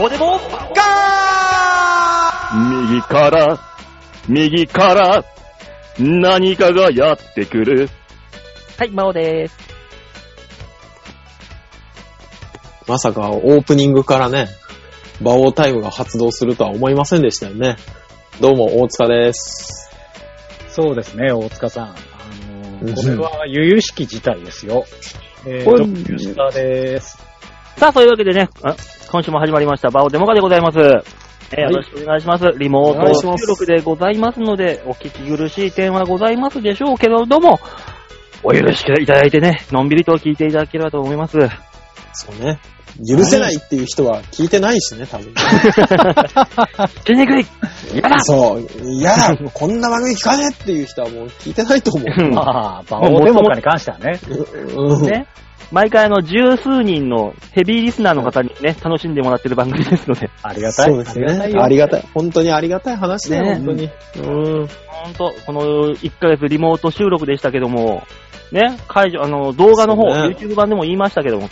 こでも、ガ右から、右から、何かがやってくる。ーはい、魔王です。まさかオープニングからね、馬王タイムが発動するとは思いませんでしたよね。どうも、大塚です。そうですね、大塚さん。あうんのこれは、由々しき事態ですよ。えー、おいドッキリスターです。さあ、そういうわけでね、あ今週も始まりました、バオデモカでございます。えーはいよろしくお願いします。リモおー願いトします収録でございますので、お聞き苦しい点はございますでしょうけれども、お許しいただいてね、のんびりと聞いていただければと思います。そうね。許せないっていう人は聞いてないしね、多分。 聞きにくいやだそう。いやだ、こんな番組聞かねえっていう人はもう聞いてないと思う。まあ、バオデモカに関してはね。うんうんね。毎回あの、十数人のヘビーリスナーの方にね、楽しんでもらってる番組ですので、ありがたい。そうですありがたいね。よありがたい。本当にありがたい話だよ、ね本当に。うん。ほんと、この1ヶ月リモート収録でしたけども、ね、解除、あの、動画の方、そうね YouTube 版でも言いましたけども、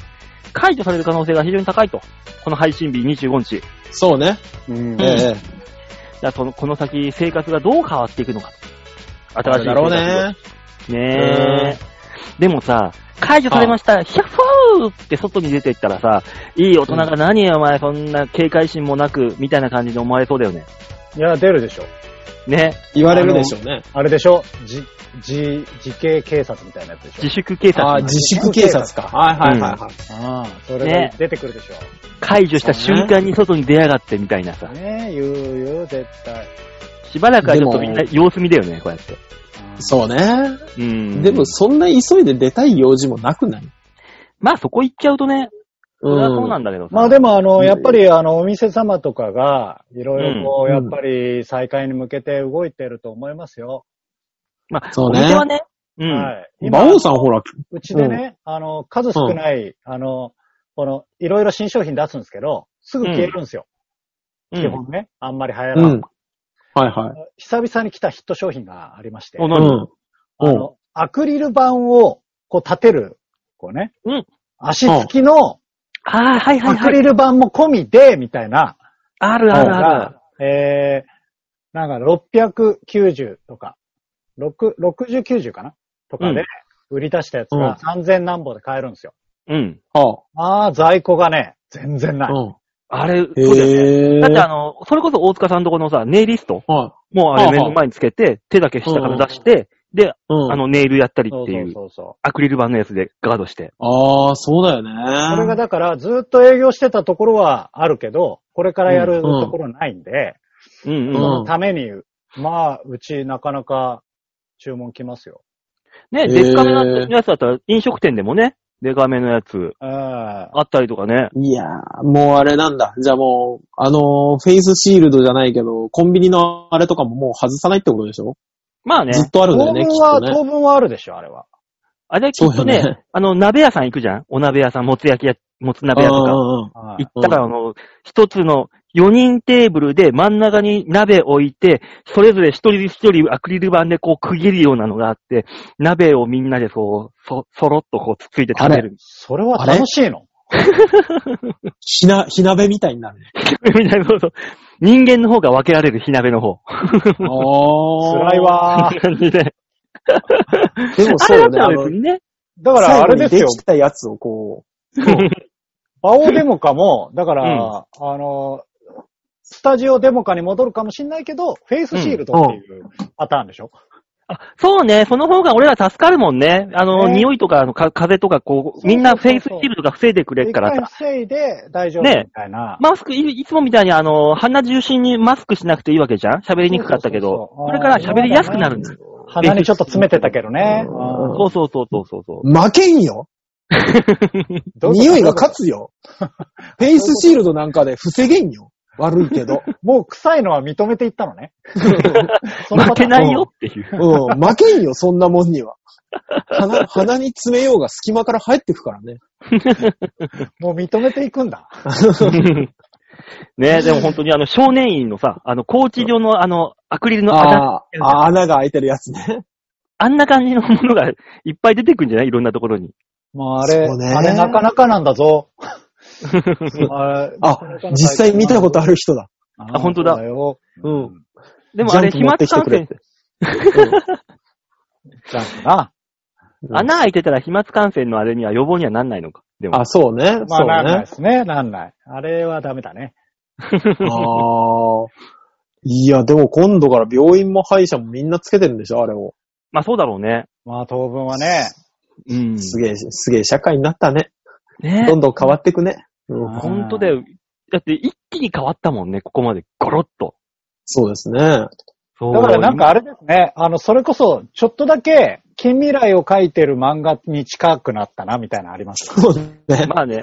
解除される可能性が非常に高いと。この配信日25日。そうね。うんええ。じゃあ、その、この先生活がどう変わっていくのか。新しいだろうね。生活を。ねえ。でもさ、解除されました、ヒャッフーって外に出ていったらさ、いい大人が何よお前、そんな警戒心もなく、みたいな感じで思われそうだよね。いや、出るでしょ。ね。言われるでしょうね。あれでしょ。じ、じ、自警警察みたいなやつでしょ自。粛警あ察あ、。自粛警察か。はいはいはいはい。ああ、それねが出てくるでしょ。解除した瞬間に外に出やがってみたいなさ。ね言うよ、絶対。しばらくはちょっとでみもんな様子見だよね、こうやって。そうね。うん。でも、そんな急いで出たい用事もなくないまあそこ行っちゃうとね、そうんれはそうなんだけどさ。まあでもあうの、んやっぱりあの、お店様とかが、いろいろこう、うんやっぱり再開に向けて動いてると思いますよ。まあ、そうおね店はね、うん。はい。今馬王さんほら、うちでね、あの、数少ない、あの、この、いろいろ新商品出すんですけど、すぐ消えるんですよ。うん基本ね。あんまり流行らうない、ん。はいはい。久々に来たヒット商品がありまして、お、う何ん。あの、アクリル板を、こう立てる、こうね、うん足付きのああ、はいはいアクはい。リル板も込みで、みたいな、あるあるある。えー、なんか690とか、6 60、90かなとかで、売り出したやつが3000何本で買えるんですよ。うん。あああ、在庫がね、全然ない。あ。あれ、そううだよね。へえ。だってあの、それこそ大塚さんとこのさ、ネイリストはもうあれはあ目の前につけて、手だけ下から出して、で、い。うん。あの、ネイルやったりそっうてそいうう、そうそアクリル板のやつでガードして。ああ、そうだよね。う。これがだから、ずっと営業してたところはあるけど、これからやるうんところないんで、うんうん。そうんのために、まあ、うちなかなか注文来ますよ。ね、へーデカめのやつだったら、飲食店でもね、デカめのやつ、ああったりとかね。いやー、もうあれなんだ。じゃあもう、あのーフェイスシールドじゃないけど、コンビニのあれとかももう外さないってことでしょ、まあね、ずっとあるんだ当よね、きっ分とは、ね。当分はあるでしょ、あれは。あれきっとそうよねね、あの、鍋屋さん行くじゃんお鍋屋さん、もつ焼きや、もつ鍋屋とか。うんうんうんは行いったら、あの、一つの4人テーブルで真ん中に鍋置いて、それぞれ一人一人アクリル板でこう区切るようなのがあって、鍋をみんなでそう、そ、そろっとこうつついて食べる。それは楽しいのひな、火鍋みたいになる。 みたいなこと。人間の方が分けられる火鍋の方。ああ。辛い。わー。感じで。でもあそうれだったらよね。あの別にね。だから、あれで す最後よに。きたやつをこバオデモカも、だから、あの、スタジオデモカに戻るかもしんないけど、フェイスシールドっていうパターンでしょ、そうね、その方が俺ら助かるもんね。あの、ね匂いとか、あの、か風とか、こう、みんなフェイスシールドが防いでくれる一から回さ。防いで大丈夫みたいな。マスク、いいつもみたいにあの、鼻重心にマスクしなくていいわけじゃん喋りにくかったけど。そうそうそうそうこれから喋りやすくなるんだよ。鼻にちょっと詰めてたけどね。うん、うんそうそうそうそうそうそう負けんよどうぞ匂いが勝つよ。フェイスシールドなんかで防げんよ。悪いけど。もう臭いのは認めていったのね。う。その負パタけーンないよっていう。うん、負けんよ、そんなもんには。鼻、鼻に詰めようが隙間から入ってくからね。もう認めていくんだ。ねでも本当にあの、少年院のさ、あの、高知上のあの、アクリルの穴、あーあー、穴が開いてるやつね。あんな感じのも のがいっぱい出てくんじゃないいろんなところに。もうあれ、そうねあれなかなかなんだぞ。あーあ、実際見たことある人だ。あ本当だよ。うん。でもあれ、ジ飛ャ沫ンプ持ってきて感くれ染っ、て。うんジャンプな。うん穴開いてたら飛沫感染のあれには予防にはなんないのか。でも。あ、そうね。まあ、なんそうないねで。すね。なんない。あれはダメだね。ああ。いや、でも今度から病院も歯医者もみんなつけてるんでしょあれを。まあそうだろうね。まあ、当分はね。うん。すげえ、すげえ社会になったね。ねどんどん変わってくね。うんあー本当だよ。だって一気に変わったもんね、ここまで。ゴロッと。そうですね。そうだからなんかあれですね。あの、それこそ、ちょっとだけ、近未来を描いてる漫画に近くなったな、みたいなのあります。そう ね。まあね、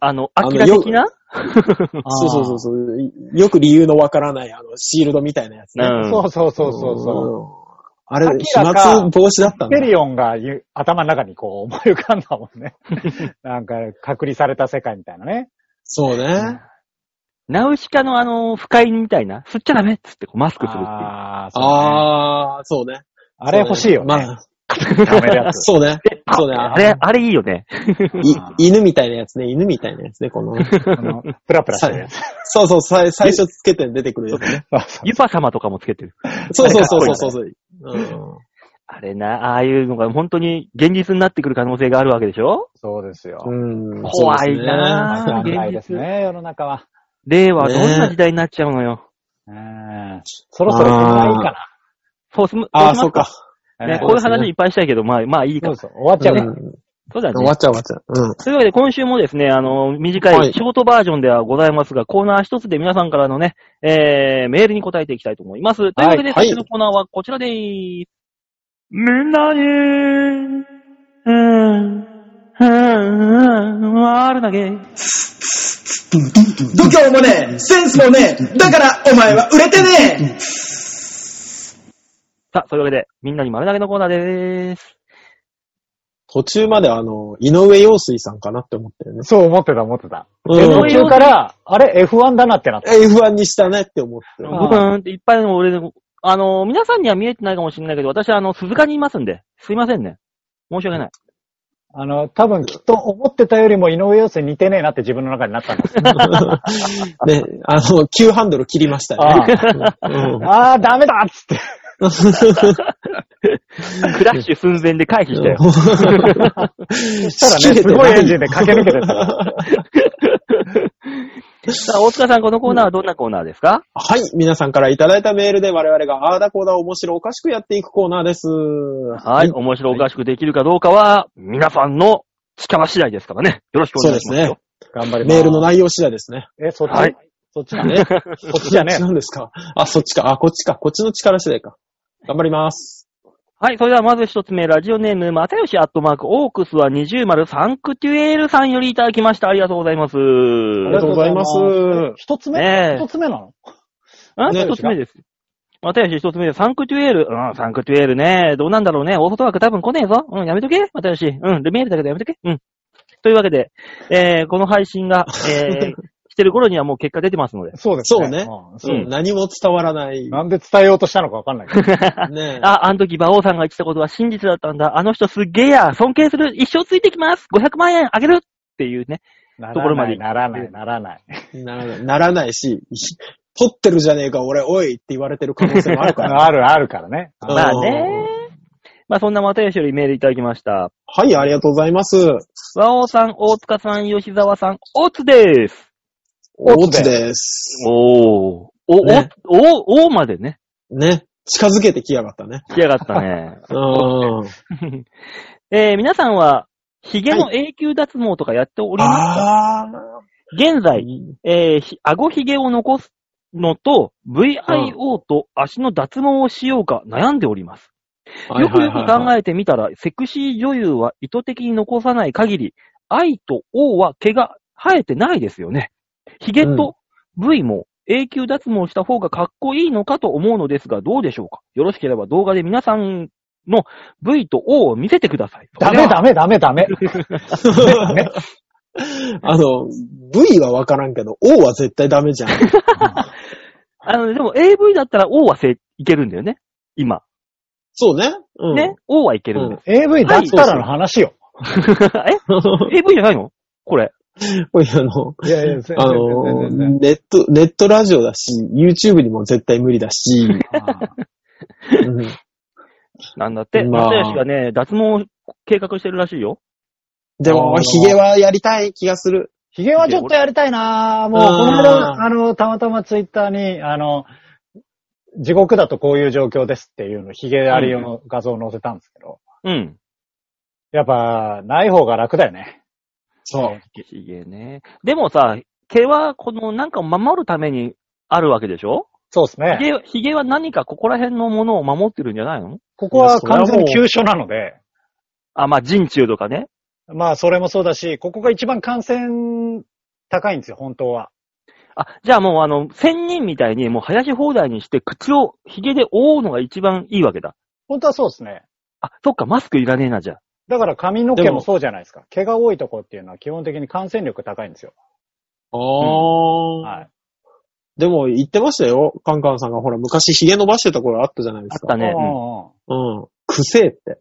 あの、あの明ら的なそうそうそうそう。よく理由のわからない、あの、シールドみたいなやつね。うんそうそうそうそうそう。うんあれ、飛明らか沫防止だったんペだ。リオンが言う頭の中にこう思い浮かんだも んね。なんか隔離された世界みたいなね。そうね。ナウシカのあの、不快みたいな、吸っちゃダメっつってこうマスクするっていう。ああ、そうねああ、そうね。あれ欲しいよね。まあ、やめるやつ。そうね。そうね。あれ、あれいいよね。い犬みたいなやつね。犬みたいなやつね。この、あのプラプラしてるやつ。 そうそう、最最初つけて出てくるやつね。ユパ様とかもつけてる。そうそうそうそうそう。うんあれな、ああいうのが本当に現実になってくる可能性があるわけでしょそうですよ。うん怖いななわかんないぁ、で現す実。ね、世の中は。令和どんな時代になっちゃうのよ。うんそろそろこれはいいかそうすむ、ああ、どそしううか。な。ます。ね、うんこういう話いっぱいしたいけど、まあ、まあいいそかう。そう、終わっちゃうかうら。んそうだ終わね。っちゃう終わっちゃう。うん。というわけで、今週もですね、あの、短はいいショートバージョンではございますが、コーナー一つで皆さんからのね、えー、メールに答えていきたいと思います。というわけで、はい最初のコーナーはこちらでーす。みんなにー、うん、うん、うん、あるだけ。度胸もねえ、センスもねえ、だからお前は売れてねさあ、そういうわけで、みんなに丸投げのコーナーでーす。途中まであの、井上陽水さんかなって思ったよね。そう思ってた、思ってた。うで井上途陽水中から、あれ ?F1 だなってなった。 F1 にしたねって思って。あブーンっていっぱいの俺の、あの、皆さんには見えてないかもしれないけど、私はあの、鈴鹿にいますんで、すいませんね。申し訳ない。あの、多分きっと思ってたよりも井上陽水似てねえなって自分の中になったんです ね、あの、急ハンドル切りましたよあね。ーうんあー、ダメだっつって。クラッシュ寸前で回避したよ。 そしたらね、すごいエンジンで駆け抜けてった。さあ、大塚さん、このコーナーはどんなコーナーですか、はい。皆さんからいただいたメールで我々があーだこーだ面白おかしくやっていくコーナーです。ははい。。面白おかしくできるかどうかは、皆さんの力次第ですからね。よろしくおそう願いでしすますねよ。。 頑張ります。メールの内容次第ですね。え、そっち、はいそっちだね。ね。そっちじゃねこっちなんですかあ、そっちか。あ、こっちか。こっちの力次第か。頑張ります。はい。それでは、まず一つ目、ラジオネーム、またよしアットマーク、オークスは20丸サンクテュエールさんよりいただきました。ありがとうございます。ありがとうございますえ一つ目ねえ一つ目なのあ、ね一つ目です。又吉一つ目です。サンクテュエール。うん、サンクテュエールね。どうなんだろうね。大外枠多分来ねえぞ。うん、やめとけ。又吉。うん、ルミエールだけどやめとけ。うん。というわけで、えー、この配信が、 えー、してる頃にはもう結果出てますので。そうですねうんそうそう、何も伝わらない。なんで伝えようとしたのかわかんないけど。ねあ、あの時馬王さんが言ってたことは真実だったんだ。あの人すっげえや。尊敬する。一生ついてきます。500万円あげるっていうね。なとこらろまなでい、ならない、ならない。ならないならないし、取ってるじゃねえか、俺、おいって言われてる可能性もあるから。 ある、あるからね。うんまあね。まあそんな又吉よりメールいただきました。はい、ありがとうございます。馬王さん、大塚さん、吉沢さん、大津です。大津です。おー。お、ねお、お、おまでね。ね。近づけてきやがったね。来やがったね。うん。えー皆さんは、ヒゲの永久脱毛とかやっておりますか、ああ。現在、えーひ、顎ヒゲを残すのと、VIO と足の脱毛をしようか悩んでおります。よくよく考えてみたら、セクシー女優は意図的に残さない限り、I と O は毛が生えてないですよね。ヒゲと V も永久脱毛した方がかっこいいのかと思うのですが、どうでしょうかよろしければ動画で皆さんの V と O を見せてください。ダメダメダメダ メ。えて。 あの、V はわからんけど、O は絶対ダメじゃん。あの、でも AV だったら O はせいけるんだよね。今。そうね。うん、ね、O はいけるんです。 AV だったらの話よ。え ?AV じゃないのこれ。こういうあの、いやいや、全然あ全然全然の、ネット、ネットラジオだし、YouTube にも絶対無理だし、うんなんだって。まあ松吉がね、脱毛を計画してるらしいよ。でも、あーヒゲはやりたい気がする。ヒゲはちょっとやりたいなもう、このうん間、あの、たまたまツイッターに、あの、地獄だとこういう状況ですっていうの、ヒゲあり用の画像を載せたんですけど、うん。やっぱ、ない方が楽だよね。そう。ひげね。でもさ、毛はこのなんかを守るためにあるわけでしょそうですひね。げ、ひげは何かここら辺のものを守ってるんじゃないのここは完全に急所なので、あ、まあ、人中とかね。まあ、それもそうだし、ここが一番感染高いんですよ、本当は。あ、じゃあもうあの、仙人みたいにもう生やし放題にして口をひげで覆うのが一番いいわけだ。本当はそうですね。あ、そっか、マスクいらねえな、じゃあ。だから髪の毛でももそうじゃないですか。毛が多いとこっていうのは基本的に感染力高いんですよ。あーはい。でも言ってましたよ。カンカンさんがほら、昔ヒゲ伸ばしてた頃あったじゃないであっすか。たね。うんうんうんうん。くせえって。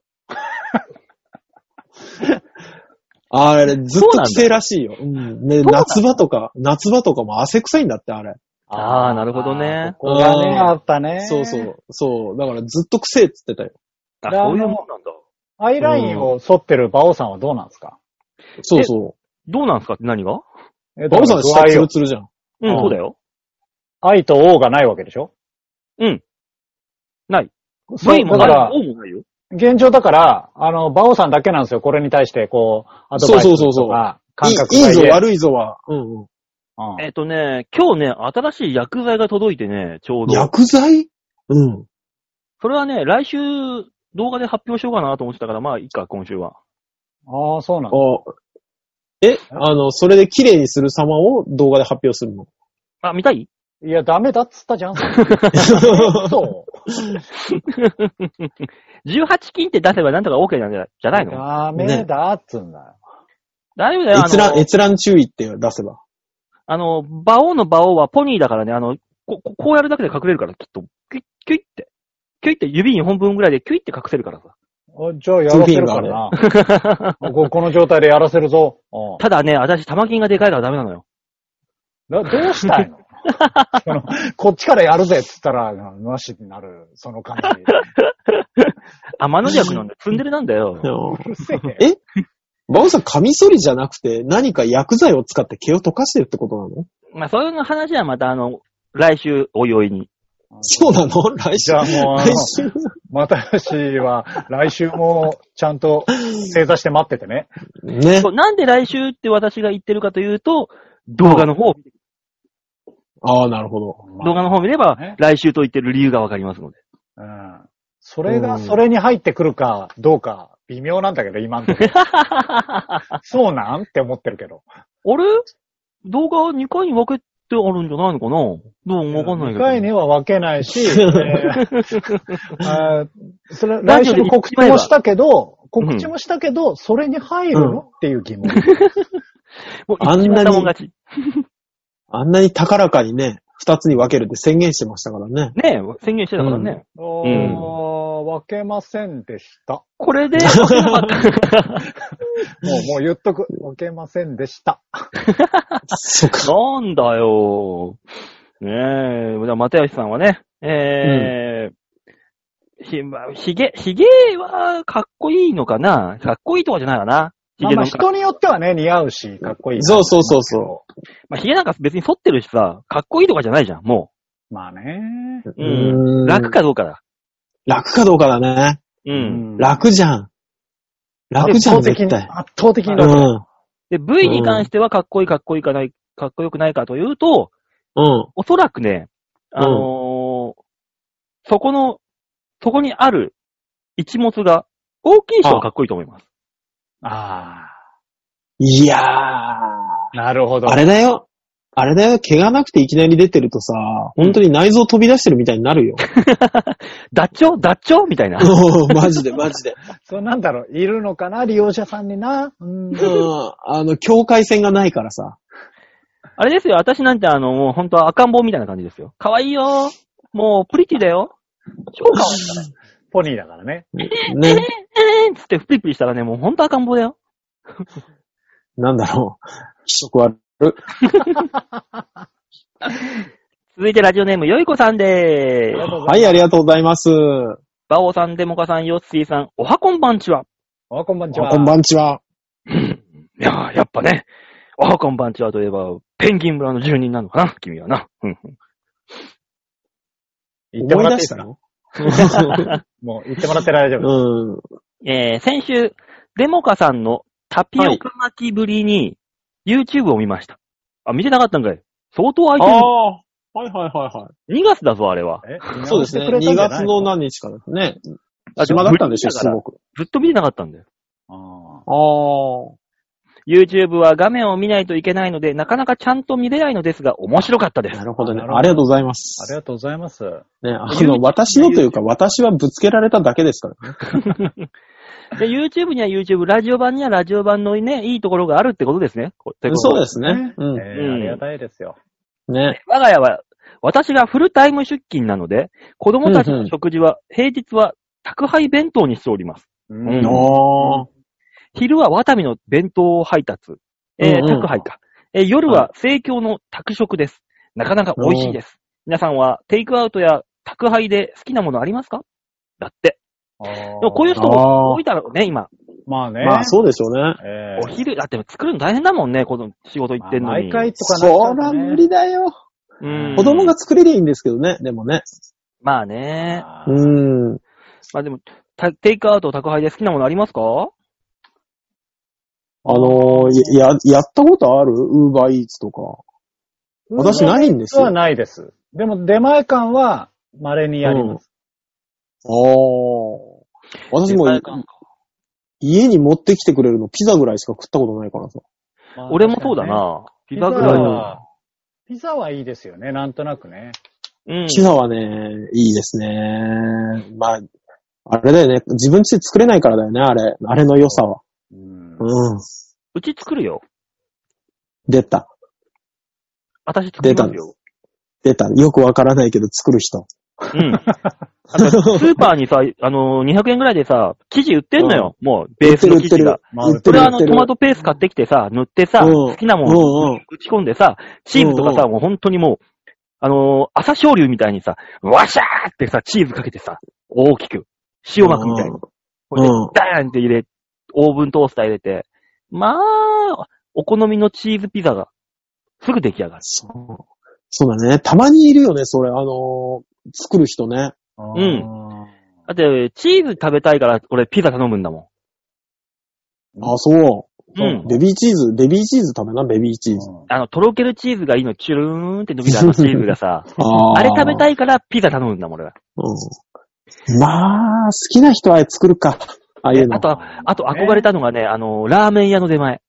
あれ、ずっとくせえらしいよ。うん。ね、そうなんだ夏場とか、夏場とかも汗臭いんだって、あれ。あーなるほどねここがうね、んやっぱね。そうそ。う。そう。だからずっとくせえっつってたよ。あ、であのそういうもんなんだ。アイラインを剃ってる馬王さんはどうなんですかそうそどうなんすかって何がえう。バオさん下ツルツルじゃん。うん、うんそうだよ。愛と王がないわけでしょうん。ない。そう、もだなかい。ら、 O もないよ。現状だから、あの、馬王さんだけなんですよ。これに対して、こう、アドバイスとか、そうそうそうそう感覚いいいいぞ、い。悪いぞは。うんうん。うんえっ、とね、今日ね、新しい薬剤が届いてね、ちょうど。薬剤うん。それはね、来週動画で発表しようかなと思ってたから、まあ、いいか、今週は。ああ、そうなんだ。あえ、あの、それで綺麗にする様を動画で発表するの。あ、見たいいや、ダメだっ つったじゃん。そ。18金って出せばなんとか OK なんじゃじゃないうのダメだっつうんだよ。大丈夫だよ。あ閲覧、の、閲覧注意って出せば。あの、馬王の馬王はポニーだからね、あの、こここうやるだけで隠れるから、きっと。キュイッ、キュイって。キュイって指2本分ぐらいでキュイって隠せるからさ。あじゃあやらせるからな。 ここの状態でやらせるぞ。うんただね、私、玉金がでかいからダメなのよ。などうした いのそのこっちからやるぜっつったら、なしになる、その感じ。天の弱なんだよ。ツンデレなんだよ。うるせええバオさん、カミソリじゃなくて、何か薬剤を使って毛を溶かしてるってことなのまあ、そういうの話はまた、あの、来週、おいおいに。そうなの来週じ。ゃあもう、あ 来の週。またよしは、来週もちゃんと正座して待っててね。ねそ。うなんで来週って私が言ってるかというと、動画の方、ああ、なるほど。動画の方見ればね、来週と言ってる理由がわかりますの で。うん。それが、それに入ってくるかどうか、微妙なんだけど、今んとこ。 そうなんって思ってるけど。あれ動画2回に分けてあるんじゃないのかなどうもわかんないけ2ど。回には分けないし、えーあーそれ来週告知もしたけど、告知もしたけど、それに入るうんのっていう疑問。もうあんなに一番だもん勝ち。あんなに高らかにね、二つに分けるって宣言してましたからね。ねえ、宣言してたからね。うんおー分けませんでした。これ で、分けなかったもう、もう言っとく。分けませんでした。そうか。なんだよ。ねえ、じゃあ、又吉さんはね、えー、ひ、まあ、ひげ、ひげはかっこいいのかなかっこいいとかじゃないかなひまあげのまあ、人によってはね、似合うし、かっこいい。そうそうそうそまあ、ひげなんか別に剃ってるしさ、かっこいいとかじゃないじゃん、もまあね。う。うんうう。楽。かどうかだ。楽かどうかだね。う。。うん楽じゃん。楽じゃん、圧倒的絶に、対。圧倒的にう楽ん。で、V に関してはかっこいいかっこいいかない、かっこよくないかというと、うん。おそらくね、あのーそこの、そこにある一物が大きい人はかっこいいと思います。あいやー。あ、なるほど。あれだよ。あれだよ。毛がなくていきなり出てるとさ、本当に内臓飛び出してるみたいになるよ。 ダッチョダッチョみたいな。うんマジで、マジで。そうなんだろう、いるのかな利用者さんにな。うんう。ん。あの、境界線がないからさ。あれですよ、私なんてあの、もう本当は赤ん坊みたいな感じですよ。かわいいよ。もうプリティだよ。超かわいいから。ポニーだからね。ね。えーっつってプリプリしたらね、もう本当赤ん坊だよ。なんだろう。気色悪続いてラジオネーム、よいこさんでりーがす。とうござはいい、ありがとうございます。バオさん、デモカさん、ヨッシーさん、おはこんばんちは。ます。あ、こんばんちは。こんばんちは。いやー、やっぱね、おはこんばんちはといえば、ペンギン村の住人なのかな君はな。うんうん言っても思いらっ出ていいでしすたかの もう言ってもらって大丈夫です。うん。えー、先週、デモカさんのタピオカ巻きぶりに、YouTube を見ました。あ、見てなかったんかい。相当空いてる。あ、はいはいはいは2月だぞ、あれは。えい。そうですね。2月の。何日かですね。暇だったんでしょ、すごく。ずっと見てなかったんだよ。あああ。 YouTube は画面を見ないといけないので、なかなかちゃんと見れないのですが、面白かったです な。るほどね。なるほどありがとうございまありす。がとうございます。ね、あ の、私のというか、私はぶつけられただけですから。で、YouTube には YouTube、ラジオ版にはラジオ版のね、いいところがあるってことですね。。そうですすね。うえん。ー、ありがたいですよ。ね。我が家は、私がフルタイム出勤なので、子供たちの食事は、平日は宅配弁当にしております。うんんああ。昼はワタミの弁当配達、えーうんうん宅配か。えー夜は生協の宅食です。なかなか美味しいです。皆さんはテイクアウトや宅配で好きなものありますかだって。でもこういう人も多いだろうね、今。まあね。まあ、そうでしょうね。えお昼、だって作るの大変だもんね、この仕事行ってんのに。毎回とかそら無理だよ。うん子供が作れりゃいいんですけどね、でもね。まあね。うね。ん。まあでも、たテイクアウト、宅配で好きなものありますかあのーや、やったことあるウーバーイーツとか。私いないんですよ。はああ。ないです。でも出前館は稀にやります。私もテイクアウト家に持ってきてくれるのピザぐらいしか食ったことないからさ。まあ俺もそうだ。な。ピ確ザかぐらいにねピザだ。は、ピザはいいですよね、なんとなくね。うん。ピザはね、いいですね。まあ、あれだよね。自分家で作れないからだよね、あれ。あれの良さは。うんうん。うち作るよ。出た。私作りますよ。出た。よくわからないけど作る人。うん。あ と、スーパーにさ、あのー、200円ぐらいでさ、生地売ってんのよ。もう、ベースの生地が。まあ売っこてれる、はあ売っの、てるト。マトペース買ってきてさ、塗ってさ、うん好きなものうんうん打ち込んでさ、チーズとかうさ、もう本当にもう、あのー、朝青龍みたいにさ、ワシャーってさ、チーズかけてさ、大きく、塩まくみたいに。ほんでうん、ダーンって入れ、オーブントースター入れて、まあ、お好みのチーズピザが、すぐ出来上がる。そう。そうだね。たまにいるよね、それ。あのー作る人ね。うんだって、チーズ食べたいから、俺ピザ頼むんだもあ、そん。うんう。。ベビーチーズ、ベビーチーズ食べな、ベビーチーズ。あの、とろけるチーズがいいの、チュルーンって伸びたあのチーズがさ、あーあれ食べたいからピザ頼むんだもん、俺は。うん。まあ、好きな人は作るか。ああいうの。あとは、あと憧れたのがね、あの、ラーメン屋の出前。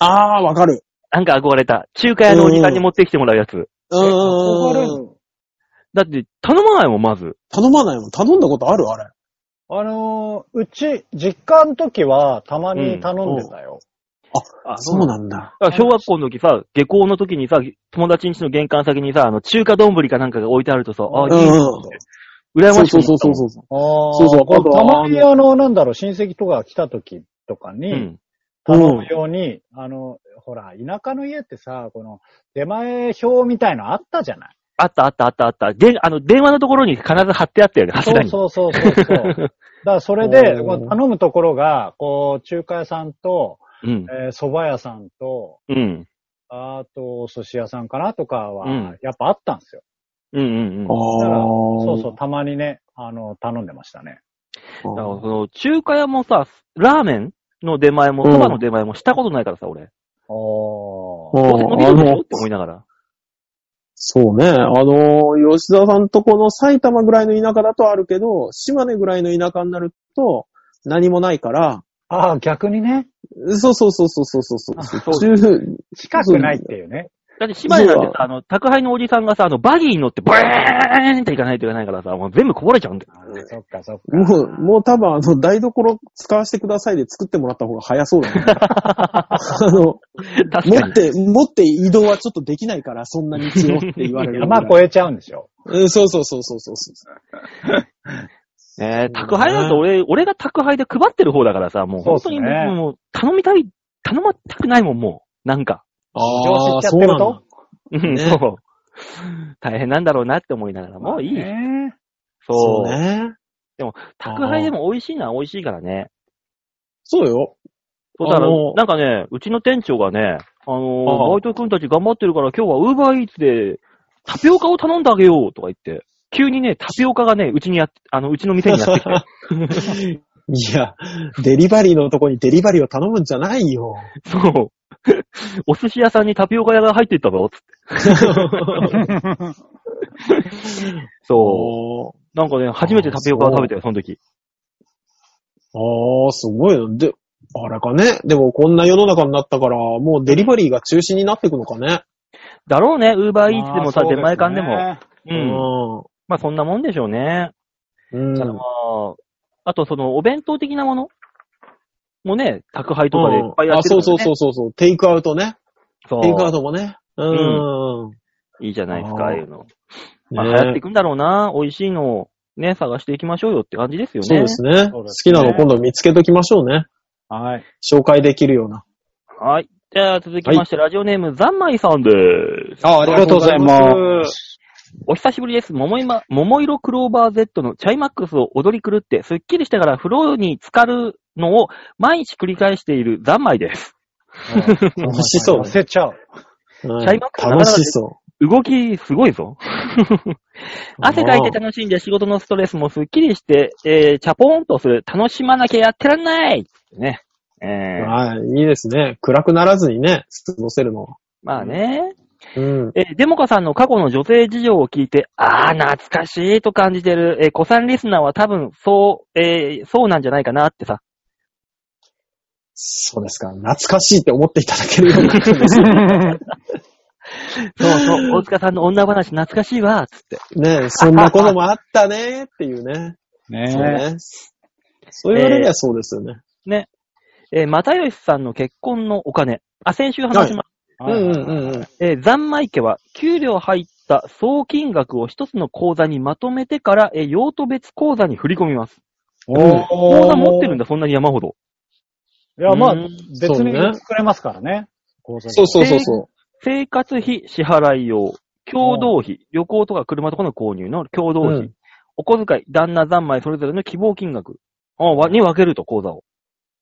ああ、わかる。なんか憧れた。中華屋のおじさんに持ってきてもらうやつ。ううん。ーん。だって、頼まないもん、まず。頼まないもん。頼んだことあるあれ。あのーうち、実家の時はたまに頼んでたよ。あそうなんだ。だから小学校の時さ、下校の時にさ、友達ん家の玄関先にさ、あの、中華丼かなんかが置いてあるとさ、あ、ういんい、うん。羨そまうしいと思そうったもそん。うそうそう。ああそうそうあことはたまに、あの、なんだろう、親戚とか来た時とかうに、ん。頼むように、あの、ほら、田舎の家ってさ、この、出前表みたいのあったじゃないあったあったあったあった。で、あの、電話のところに必ず貼ってあったよね、そ柱うに。そうそうそう そう。だから、それで、おーこう頼むところが、こう、中華屋さんと、うん。えー蕎麦屋さんと、うん。あと、お寿司屋さんかなとかは、うんやっぱあったんですよ。うんうんうん。ああ。だからそうそう、たまにね、あの、頼んでましたね。だからその中華屋もさ、ラーメンの出前も、そばの出前もしたことないからさ、俺。おー。どうせ伸びるうんでしあのょって思いながら。そうね。あのー、吉沢さんとこの埼玉ぐらいの田舎だとあるけど、島根ぐらいの田舎になると何もないから、ああ、逆にね、そうそうそうそうそうそうそう。中近くないっていうね。だって島根なんてそうさ、あの、宅配のおじさんがさ、あの、バギーに乗って、ブーンって行かないといけないからさ、もう全部こぼれちゃうん だよ。あーそっかそっか。もう、もう多分あの、台所使わせてくださいで作ってもらった方が早そうだね。あの、確持かっに。て、持って移動はちょっとできないから、そんな道をって言われる。 山越えちゃうんでしょ。うん、そうそうそうそうそうそう。ねえ宅配なんて俺、俺が宅配で配ってる方だからさ、もう本当にそうっすねもう、頼みたい頼まったくないもん、もう。なんか。あ上あ、司そ行うっちゃなってるうんだ。とん、ねそう。大変なんだろうなって思いながら、もういい。ねそう。ね。宅配でも美味しいのは美味しいからね。そうよ。そうだからあの、なんかね、うちの店長がね、あのーああバイト君たち頑張ってるから今日はウーバーイーツでタピオカを頼んであげようとか言って、急にね、タピオカがね、うちにやっあの、うちの店にやってきて、いや、デリバリーのとこにデリバリーを頼むんじゃないよ。 そう。 お寿司屋さんにタピオカ屋が入っていったぞ、つって。 そおーう。なんかね、初めてタピオカを食べたよ、その時。ああ、すごいな。で、あれかね。でもこんな世の中になったから、もうデリバリーが中心になっていくのかね。だろうね、ウーバーイーツいでもさ、出前館でも。。うん。うまあ、そんなもんでしょうね。ん。ただまうん。あ、あとその、お弁当的なものもね、宅配とかでいっぱいやってるから、ねあ、そうそうそうそうそう。テイクアウトね。そうテイクアウトもね。うん。いいじゃないですか、あーああいうの。まあ、流行ってねいくんだろうな、美味しいのをね、探していきましょうよって感じですよね。そうですね。そう好ですきねなの今度見つけときましょうね。はい。紹介できるような。はい。じゃあ続きまして、ラジオネーム、ざんまいさんです。あ、ありがとうございますす。お久しぶりです。桃今、桃色クローバー Z のチャイマックスを踊り狂って、すっきりしてから風呂に浸かるのを毎日繰り返しているざんまいです。楽しそう忘。れちゃう。うんチャイマックス楽しそ動き、すごいぞ。汗かいて楽しんで仕事のストレスもすっきりして、えー、チャポーンとする。楽しまなきゃやってらんないね。えう。ー、はい。いいですね。暗くならずにね、過ごせるのは。まあね。うん。えー、デモカさんの過去の女性事情を聞いて、あー、懐かしいと感じてる。えー、子さんリスナーは多分、そう、えー、そうなんじゃないかなってさ。そうですか。懐かしいって思っていただけるようなことで すよそうそう、大塚さんの女話懐かしいわ、つって。ね。そんなこともあったねっていうね。そうねね。そう言われりゃそうですよね。えー、又吉さんの結婚のお金。あ、先週話しましえ。うんうんうんうん。た。えー、残米家は、給料入った総金額を一つの口座にまとめてから、えー、用途別口座に振り込みます。お口座持ってるんだ、そんなに山ほど。いや、まあ、うん別そうねに作れますからね。そうそうそうそ生活費支払い用、共同費、旅行とか車とかの購入の共同費、うんお小遣い、旦那三昧それぞれの希望金額あわに分けると、口座を。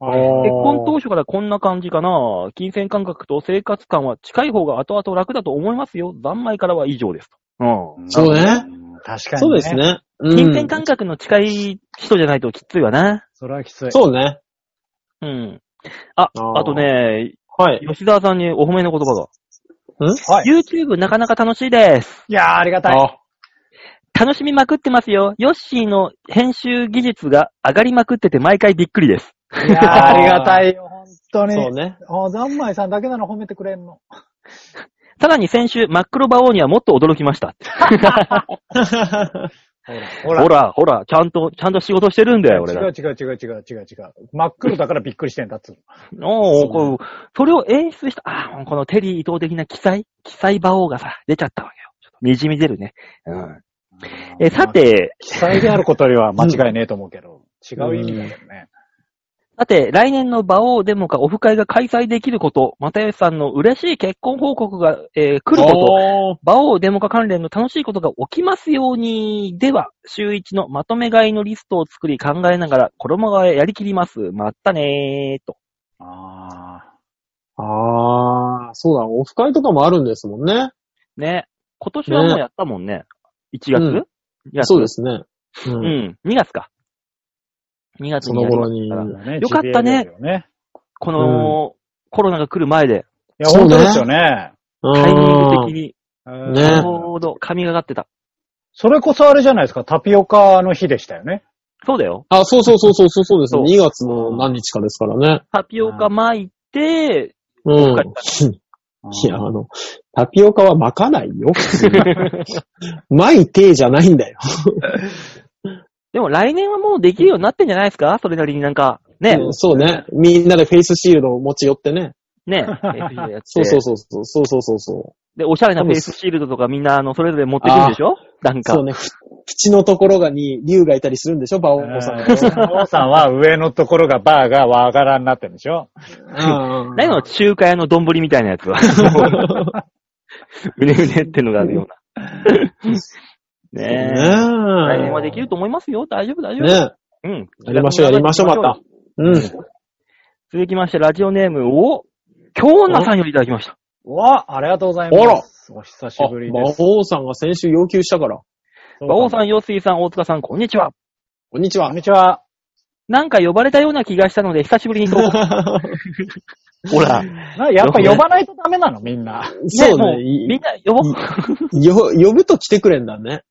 う。はい結婚当初からこんな感じかな。金銭感覚と生活感は近い方が後々楽だと思いますよ。三昧からは以上ですと。うそうね。ん確かに、ね。そうです。ね。うんん。金銭感覚の近い人じゃないときついわな。それはきつい。そうね。うん。あ、あーあとね、はい。吉沢さんにお褒めの言葉が。はい。 YouTube なかなか楽しいです。いやー、ありがたい。あ、楽しみまくってますよ。ヨッシーの編集技術が上がりまくってて毎回びっくりです。いやー、ありがたいよ、本当に。そうね。あー、ざんまいさんだけなの褒めてくれんの。さらに先週、真っ黒馬王にはもっと驚きました。ほらほ。ら、ほら、ちゃんと、ちゃんと仕事してるんだよ、俺違らう。違う違う違う違う違う。真っ黒だからびっくりしてんだっつうの。おーこうそれを演出した、あーこのテリー伊藤的な記載記載馬王がさ、出ちゃったわけよ。ちょっと滲み出るね。うん。 え、さて、記載であることよりは間違いねえと思うけど、違う意味だよね。さて、来年の馬王デモかオフ会が開催できること、又吉さんの嬉しい結婚報告が、えー来ること、おーバオデモ化関連の楽しいことが起きますように、では、週一のまとめ買いのリストを作り考えながら、衣替えやりきります。まったねーと。あああ、そうだ、オフ会とかもあるんですもんね。ね。今年はもうやったもんね。1月、うんいやそうですね。ううんん。2月か。2月そにのやりま頃すにか。らあ、ねよかったね GBA ですよねこの、コロナが来る前で、いや、そう本ね当ですよね。タイミングう的んに、うんねちょうど神がかってた。それこそあれじゃないですか、タピオカの日でしたよね。そうだよ。あ、そうそうそうそうそうそうですね。そう2月の何日かですからね。タピオカ巻いて、うん。会いや、あの、タピオカは巻かないよ、 普通に巻いてじゃないんだよ。でも来年はもうできるようになってんじゃないですかそれなりになんか、ね。そうね。みんなでフェイスシールドを持ち寄ってね。 ね、フェイスシールドやって。そうそうそうそう、そうそうそうそで、おしゃれなフェイスシールドとかみんな、あの、それぞれ持ってくるんでしょなんう。そかう。ね、ふ口のところがに竜がいたりするんでしょ馬王さんが。王さんは上のところがバーが和柄になってるんでしょうんうん何の中華屋の丼みたいなやつは。 うねうねってのがあるような。ねえ。来年はできると思いますよ。大丈夫、大丈夫。ねうん。やりましょう、やりましょう、また。うん。続きまして、ラジオネームを、京奈さんよりいただきました。うわ、ありがとうございます。お久しあ、ぶり馬です。王さんが先週要求したから。馬王さん、陽水さん、大塚さん、こんにちは。こんにちこはん。にちは。なんか呼ばれたような気がしたので、久しぶりに投 稿。ほら、なやっぱ呼ばないとダメなの、みんな。 そうもうねいみんな呼ぼう。よ、呼ぶと来てくれんだね。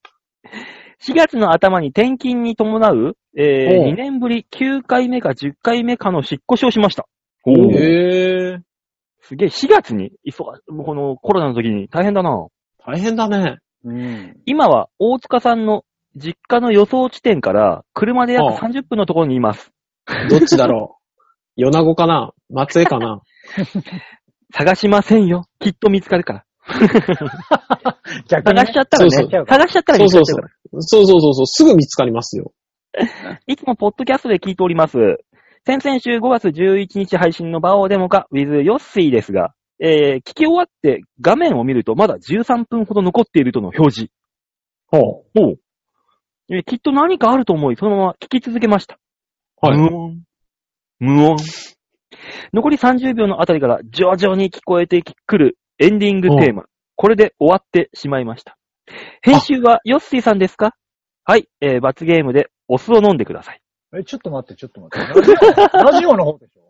4月の頭に転勤に伴う、えおうー、2年ぶり9回目か10回目かの引っ越しをしました。おうへえ。すげえ、4月に、いそもうこのコロナの時に大変だな。大変だね。うん。今は大塚さんの実家の予想地点から車で約ああ30分のところにいます。どっちだろう。米子かな松江か な探しませんよ。きっと見つかるから。逆に探ねしちゃったらね。そうそう探しちゃったら見つかっちゃうから。そうそうそうそう、すぐ見つかりますよ。いつもポッドキャストで聞いております。先々週5月11日配信のバオデモカ with ヨッシーですが、えー、聞き終わって画面を見るとまだ13分ほど残っているとの表示。ほほう。えきっと何かあると思い、そのまま聞き続けました。う。はい。無音。無音。残り30秒のあたりから徐々に聞こえてくるエンディングテーマ。これで終わってしまいました。編集はヨッシーさんですかはい、えー、罰ゲームでお酢を飲んでください。え、ちょっと待って、ちょっと待 って。ラジオの方でしょ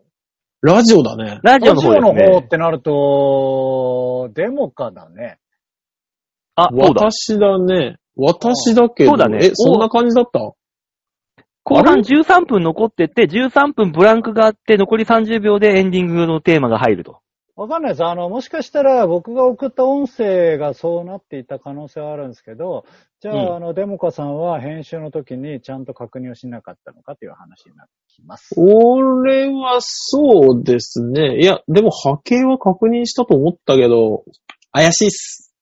ラジオだね。ラジオラのジ方ですオのね。方ってなると、デモかだね。あ、そうだ。私だね。私だけど。そうだねえ、そんな感じだった後半13分残ってて、13分ブランクがあって、残り30秒でエンディングのテーマが入ると。わかんないです。あの、もしかしたら僕が送った音声がそうなっていた可能性はあるんですけど、じゃあ、うんあの、デモカさんは編集の時にちゃんと確認をしなかったのかという話になってきます。俺はそうですね。いや、でも波形は確認したと思ったけど、怪しいっす。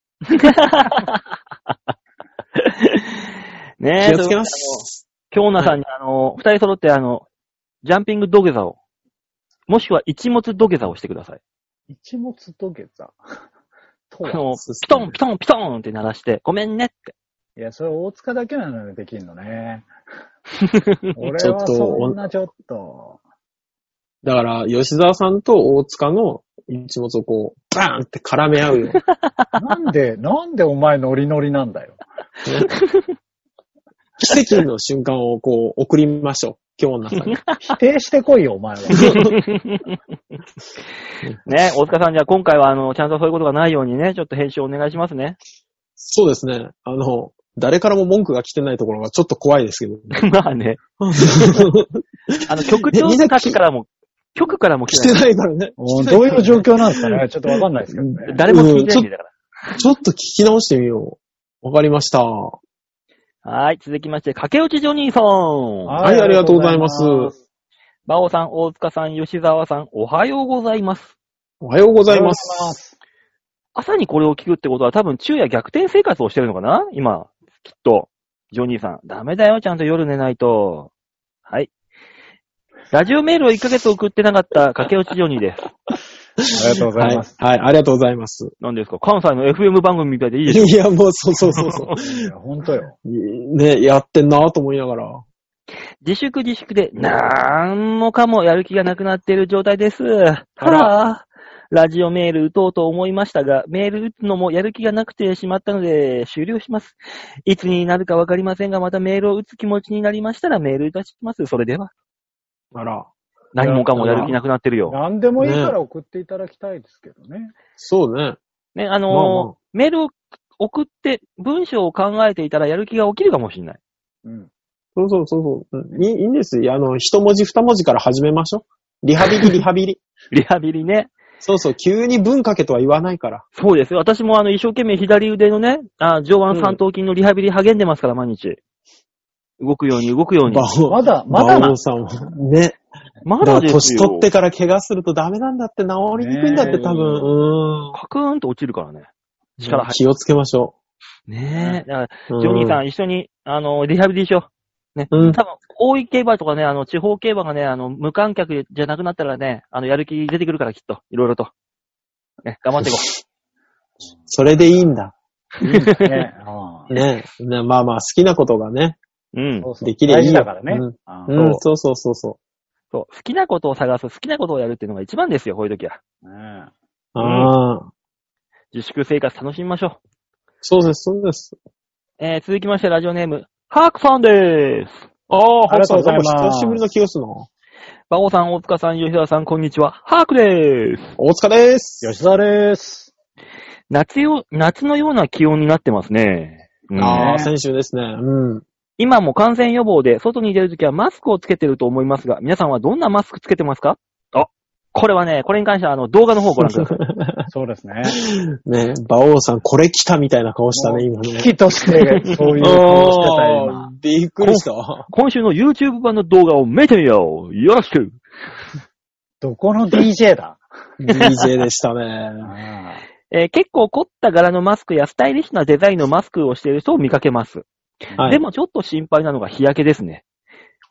ねえ。気をつけます。ということで。あの京奈さんに、あの、二人揃って、あの、ジャンピング土下座を、もしくは一物土下座をしてください。一物土下座。 とあは。の、そうっすピねトン、ピトン、ピトンって鳴らして、ごめんねって。いや、それ大塚だけなのでできんの ね。ち俺ょっはとそんなちょっと。だから、吉沢さんと大塚の一物をこう、バーンって絡め合うよ。なん で、なんでお前ノリノリなんだよ。奇跡の瞬間をこう、送りましょう。今日の中に。否定してこいよ、お 前は。ねえ、大塚さん、じゃあ今回は、あの、ちゃんとそういうことがないようにね、ちょっと編集お願いしますね。 そうですね。あの、誰からも文句が来てないところがちょっと怖いですけど。 まあね、あの、曲調みんなたちからも、局からも来て来てない。ないから ね。もうどういう状況なんですかね。ちょっとわかんないですけどね。誰も聞いてないんだから。ちょっと聞き直してみよう。わかりました。はい、続きまして、駆け落ちジョニーさん。はいありがとうございますバオさん、大塚さん、吉沢さん、おはようございます。おはようごございます。朝にこれを聞くってことは多分昼夜逆転生活をしてるのかな今、きっと。ジョニーさん。ダメだよ、ちゃんと夜寝ないと。はい。ラジオメールを1ヶ月送ってなかった駆け落ちジョニーです。ありがとうござはいい。まはいす。、ありがとうございます。何ですか関西の FM 番組みたいでいいで いすや、もう、そうそうそうそいや本当よ。う。 ね、やってんなと思いながら。自粛自粛で、なんもかもやる気がなくなっている状態です。ただ、ラジオメール打とうと思いましたが、メール打つのもやる気がなくてしまったので、終了します。いつになるかわかりませんが、またメールを打つ気持ちになりましたらメールいたします。それでは。あら。何もかもやる気なくなってるよ。何でもいいから送っていただきたいですけどね。そうね。ね、あのーまあまあメールを送って、文章を考えていたらやる気が起きるかもしれない。うん。そうそうそうそううん。いいいいんですよ。あの、一文字二文字から始めましょう。リハビリ、リハビ リ。リハビリね。そうそう、急に文かけとは言わないから。そうですよ。私もあの、一生懸命左腕のね、あ上腕三頭筋のリハビリ励んでますから、毎日。動くように、動くように。バオ、まだまだなバオさんも。ね。まだかだらですよ。年取ってから怪我するとダメなんだって、治りにくいんだって、ねえ多分。カクーンと落ちるからね。うん。力入気をつけましょる。ねえ。だかう。うら、んジョニーさん一緒に、あの、リハビリしよう。ね。うん多分、大井競馬とかね、あの、地方競馬がね、あの、無観客じゃなくなったらね、あの、やる気出てくるからきっと、いろいろと。ね、頑張っていこそれでいいんだ。ね。うんね。ねまあまあ、好きなことがね、 う。うん。そうそうできれば大いい事よだからね。うんうんうん、そうそうそうそそう。好きなことを探す、好きなことをやるっていうのが一番ですよ、こういう時は。ねう。ああ。自粛生活楽しみましょそうです、そうです。う。えー、続きまして、ラジオネーム、ハークさんでーす。ああ、ありがとうございますハクさんなんか久しぶりの気がするな。バオさん、大塚さん、吉田さん、こんにちは。ハークでーす。大塚です。吉沢です。夏よ、夏のような気温になってますね。うんああ、ね先週ですね。うん。今も感染予防で、外に出るときはマスクをつけてると思いますが、皆さんはどんなマスクつけてますかあ、これはね、これに関してはあの動画の方をご覧ください。そうですね。ね、馬王さん、これ来たみたいな顔したね、今危ね。機として、そういう顔してたよ、今あーびっくり した。 今週の YouTube 版の動画を見てみようよろしくどこの DJ だ DJ でしたね。 えー結構凝った柄のマスクやスタイリッシュなデザインのマスクをしている人を見かけます。はいでもちょっと心配なのが日焼けですね。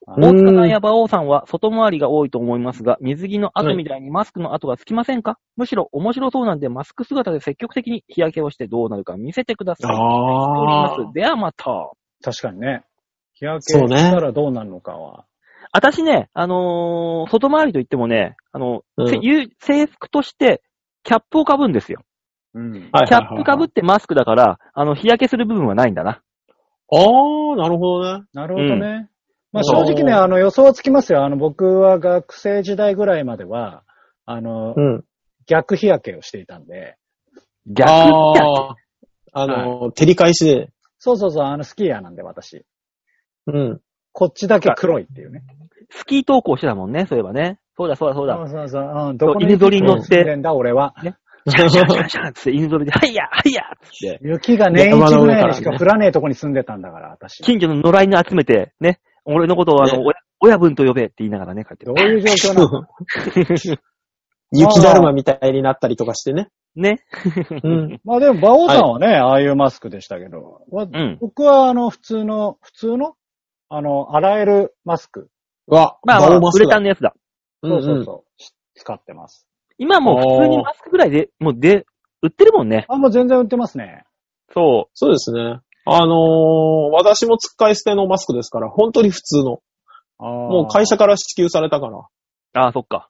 う大塚さんや馬王さんは外回りが多いと思いますが、水着の跡みたいにマスクの跡がつきませんか、むしろ面白そうなんでマスク姿で積極的に日焼けをしてどうなるか見せてください。おりああ。ます。ではまた。確かにね。日焼けしたらどうなるのかは。私ね、あのー外回りといってもね、あの、うんせゆ制服として、キャップを被るんですよ。うん。はいキャはいはッいプ被ってマスクだから、あの、日焼けする部分はないんだな。ああ、なるほどね。なるほどうんね。まあそ正う直ね、あの予想はつきますよ。あの僕は学生時代ぐらいまでは、あの、うん。逆日焼けをしていたんで、逆じゃんああ。あの、照り返しで。そうそうそう、あのスキーヤーなんで私。うん。こっちだけ黒いっていうね。スキー投稿してたもんね、そういえばね。そうだ、そうだ、そうそだ。うそうそう。うん、そうどこ犬ぞりに乗って住んでんだ、俺は。シャンシャンシャンシャンっつって犬ぞりで、はいや、はいやっつって、雪が年山一のぐ上からねらいにしか降らねえとこに住んでたんだから、私。近所の野良犬集めて、ね、俺のことをあの、ね親親分と呼べって言いながらね、帰って どういう状 況なの 雪だるまみたいになったりとかしてね。ね。うん。まあでも、馬王さんはね、ああいうマスクでしたけど、わうん。僕はあの、普通の、普通のあの、洗えるマスク。わ、まあ、まあ、馬王マウスクレだタンのやつだ。うん。そうそううんそう。し使ってます。今もう普通にマスクぐらいで、もうで、売ってるもんね。あ、もう全然売ってますね。そそうですね。あのー、私も使い捨てのマスクですから、本当に普通の。ももう会社から支給されたから。う。ああ、そっか。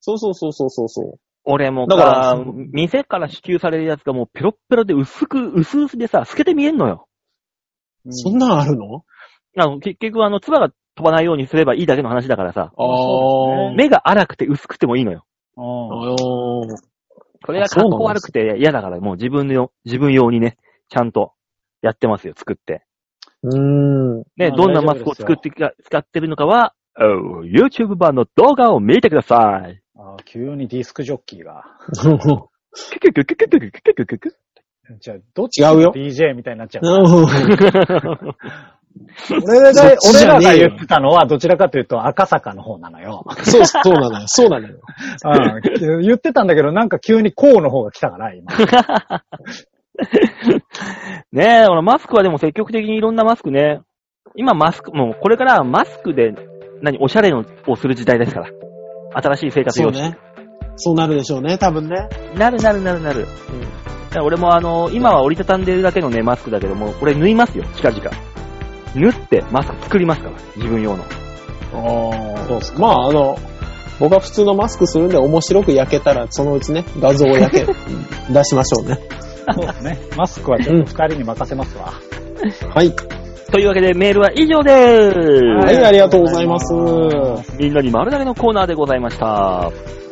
そうそうそうそうそうそう。俺もだからか、店から支給されるやつがもうペロッペロで薄く、薄々でさ、透けて見えんのよ。そんなんあるのあの結局、あの、唾が飛ばないようにすればいいだけの話だからさ、あそうですね目が荒くて薄くてもいいのよ。うん。あーそれが格好悪くて嫌だから、もう自分の、自分用にね、ちゃんとやってますよ、作って。うーん。 ね、まあどんなマスクを作ってか、使ってるのかは、おう YouTube 版の動画を見てください。あー急にディスクジョッキーが。キュキュキュキュキュキュキュキュキュキュじゃあ、どっち違うよ。 DJ みたいになっちゃう。うん俺がそっち俺じゃらねえよが言ってたのは、どちらかというと赤坂の方なのよ。そう、そうなのよ。そうなのよ。うん言ってたんだけど、なんか急にこうの方が来たから、今。ねえ、俺マスクはでも積極的にいろんなマスクね。今マスク、もうこれからはマスクで、何、おしゃれのをする時代ですから。新しい生活そう様式。ね。そうなるでしょうね、多分ね。なるなるなるなる。だから俺もあの、今は折りたたんでるだけのね、マスクだけども、これ縫いますよ、近々。縫ってマスク作りますから、自分用の。ああ。そうっすか。まあ、あの、僕は普通のマスクするんで面白く焼けたら、そのうちね、画像を焼 け、出しましょうね。そうですね。マスクはちょっと二人に任せますわ。はい。というわけでメールは以上ではーい、ありがとうございます。はあす。みんなに丸投げのコーナーでございました。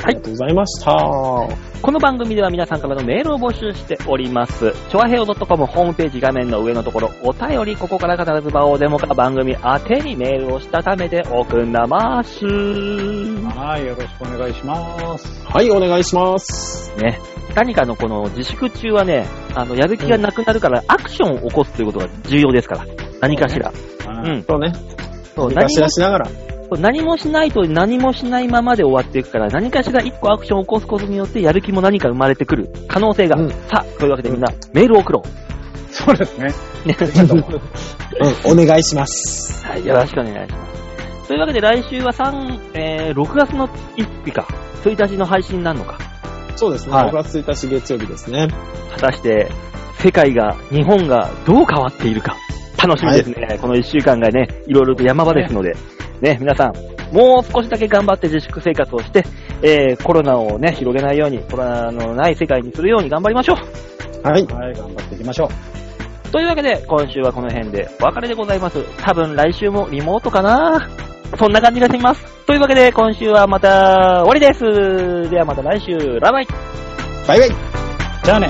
りがとうございました。この番組では皆さんからのメールを募集しております。チョアヘオ .com ホームページ画面の上のところ、お便り、ここから必ず場をデモか番組宛てにメールをしたためておくんなまーす。はい、よろしくお願いします。はい、お願いします。ね。何かのこの自粛中はね、あの、やる気がなくなるからアクションを起こすということが重要ですから。何かしら。う。うんん。そうね。そう、出何しも出しながら。そう何もしないと何もしないままで終わっていくから、何かしら一個アクションを起こすことによってやる気も何か生まれてくる可能性が。うんさあ、というわけでみんな、メールを送ろそうですね。う。ね、 うん、お願いします。はい、よろしくお願いします。というわけで来週は3、えー、6月の1日か、1日の配信になるのか。そうですね。はい6月1日月曜日ですね。果たして、世界が、日本がどう変わっているか。楽しみですね。この1週間がね、いろいろと山場ですので、ね、皆さん、もう少しだけ頑張って自粛生活をして、えー、コロナをね、広げないように、コロナのない世界にするように頑張りましょう。はい。はい、頑張っていきましょう。というわけで、今週はこの辺でお別れでございます。多分来週もリモートかなそんな感じがしています。というわけで、今週はまた終わりです。ではまた来週、ラバイバイバイ。じゃあね。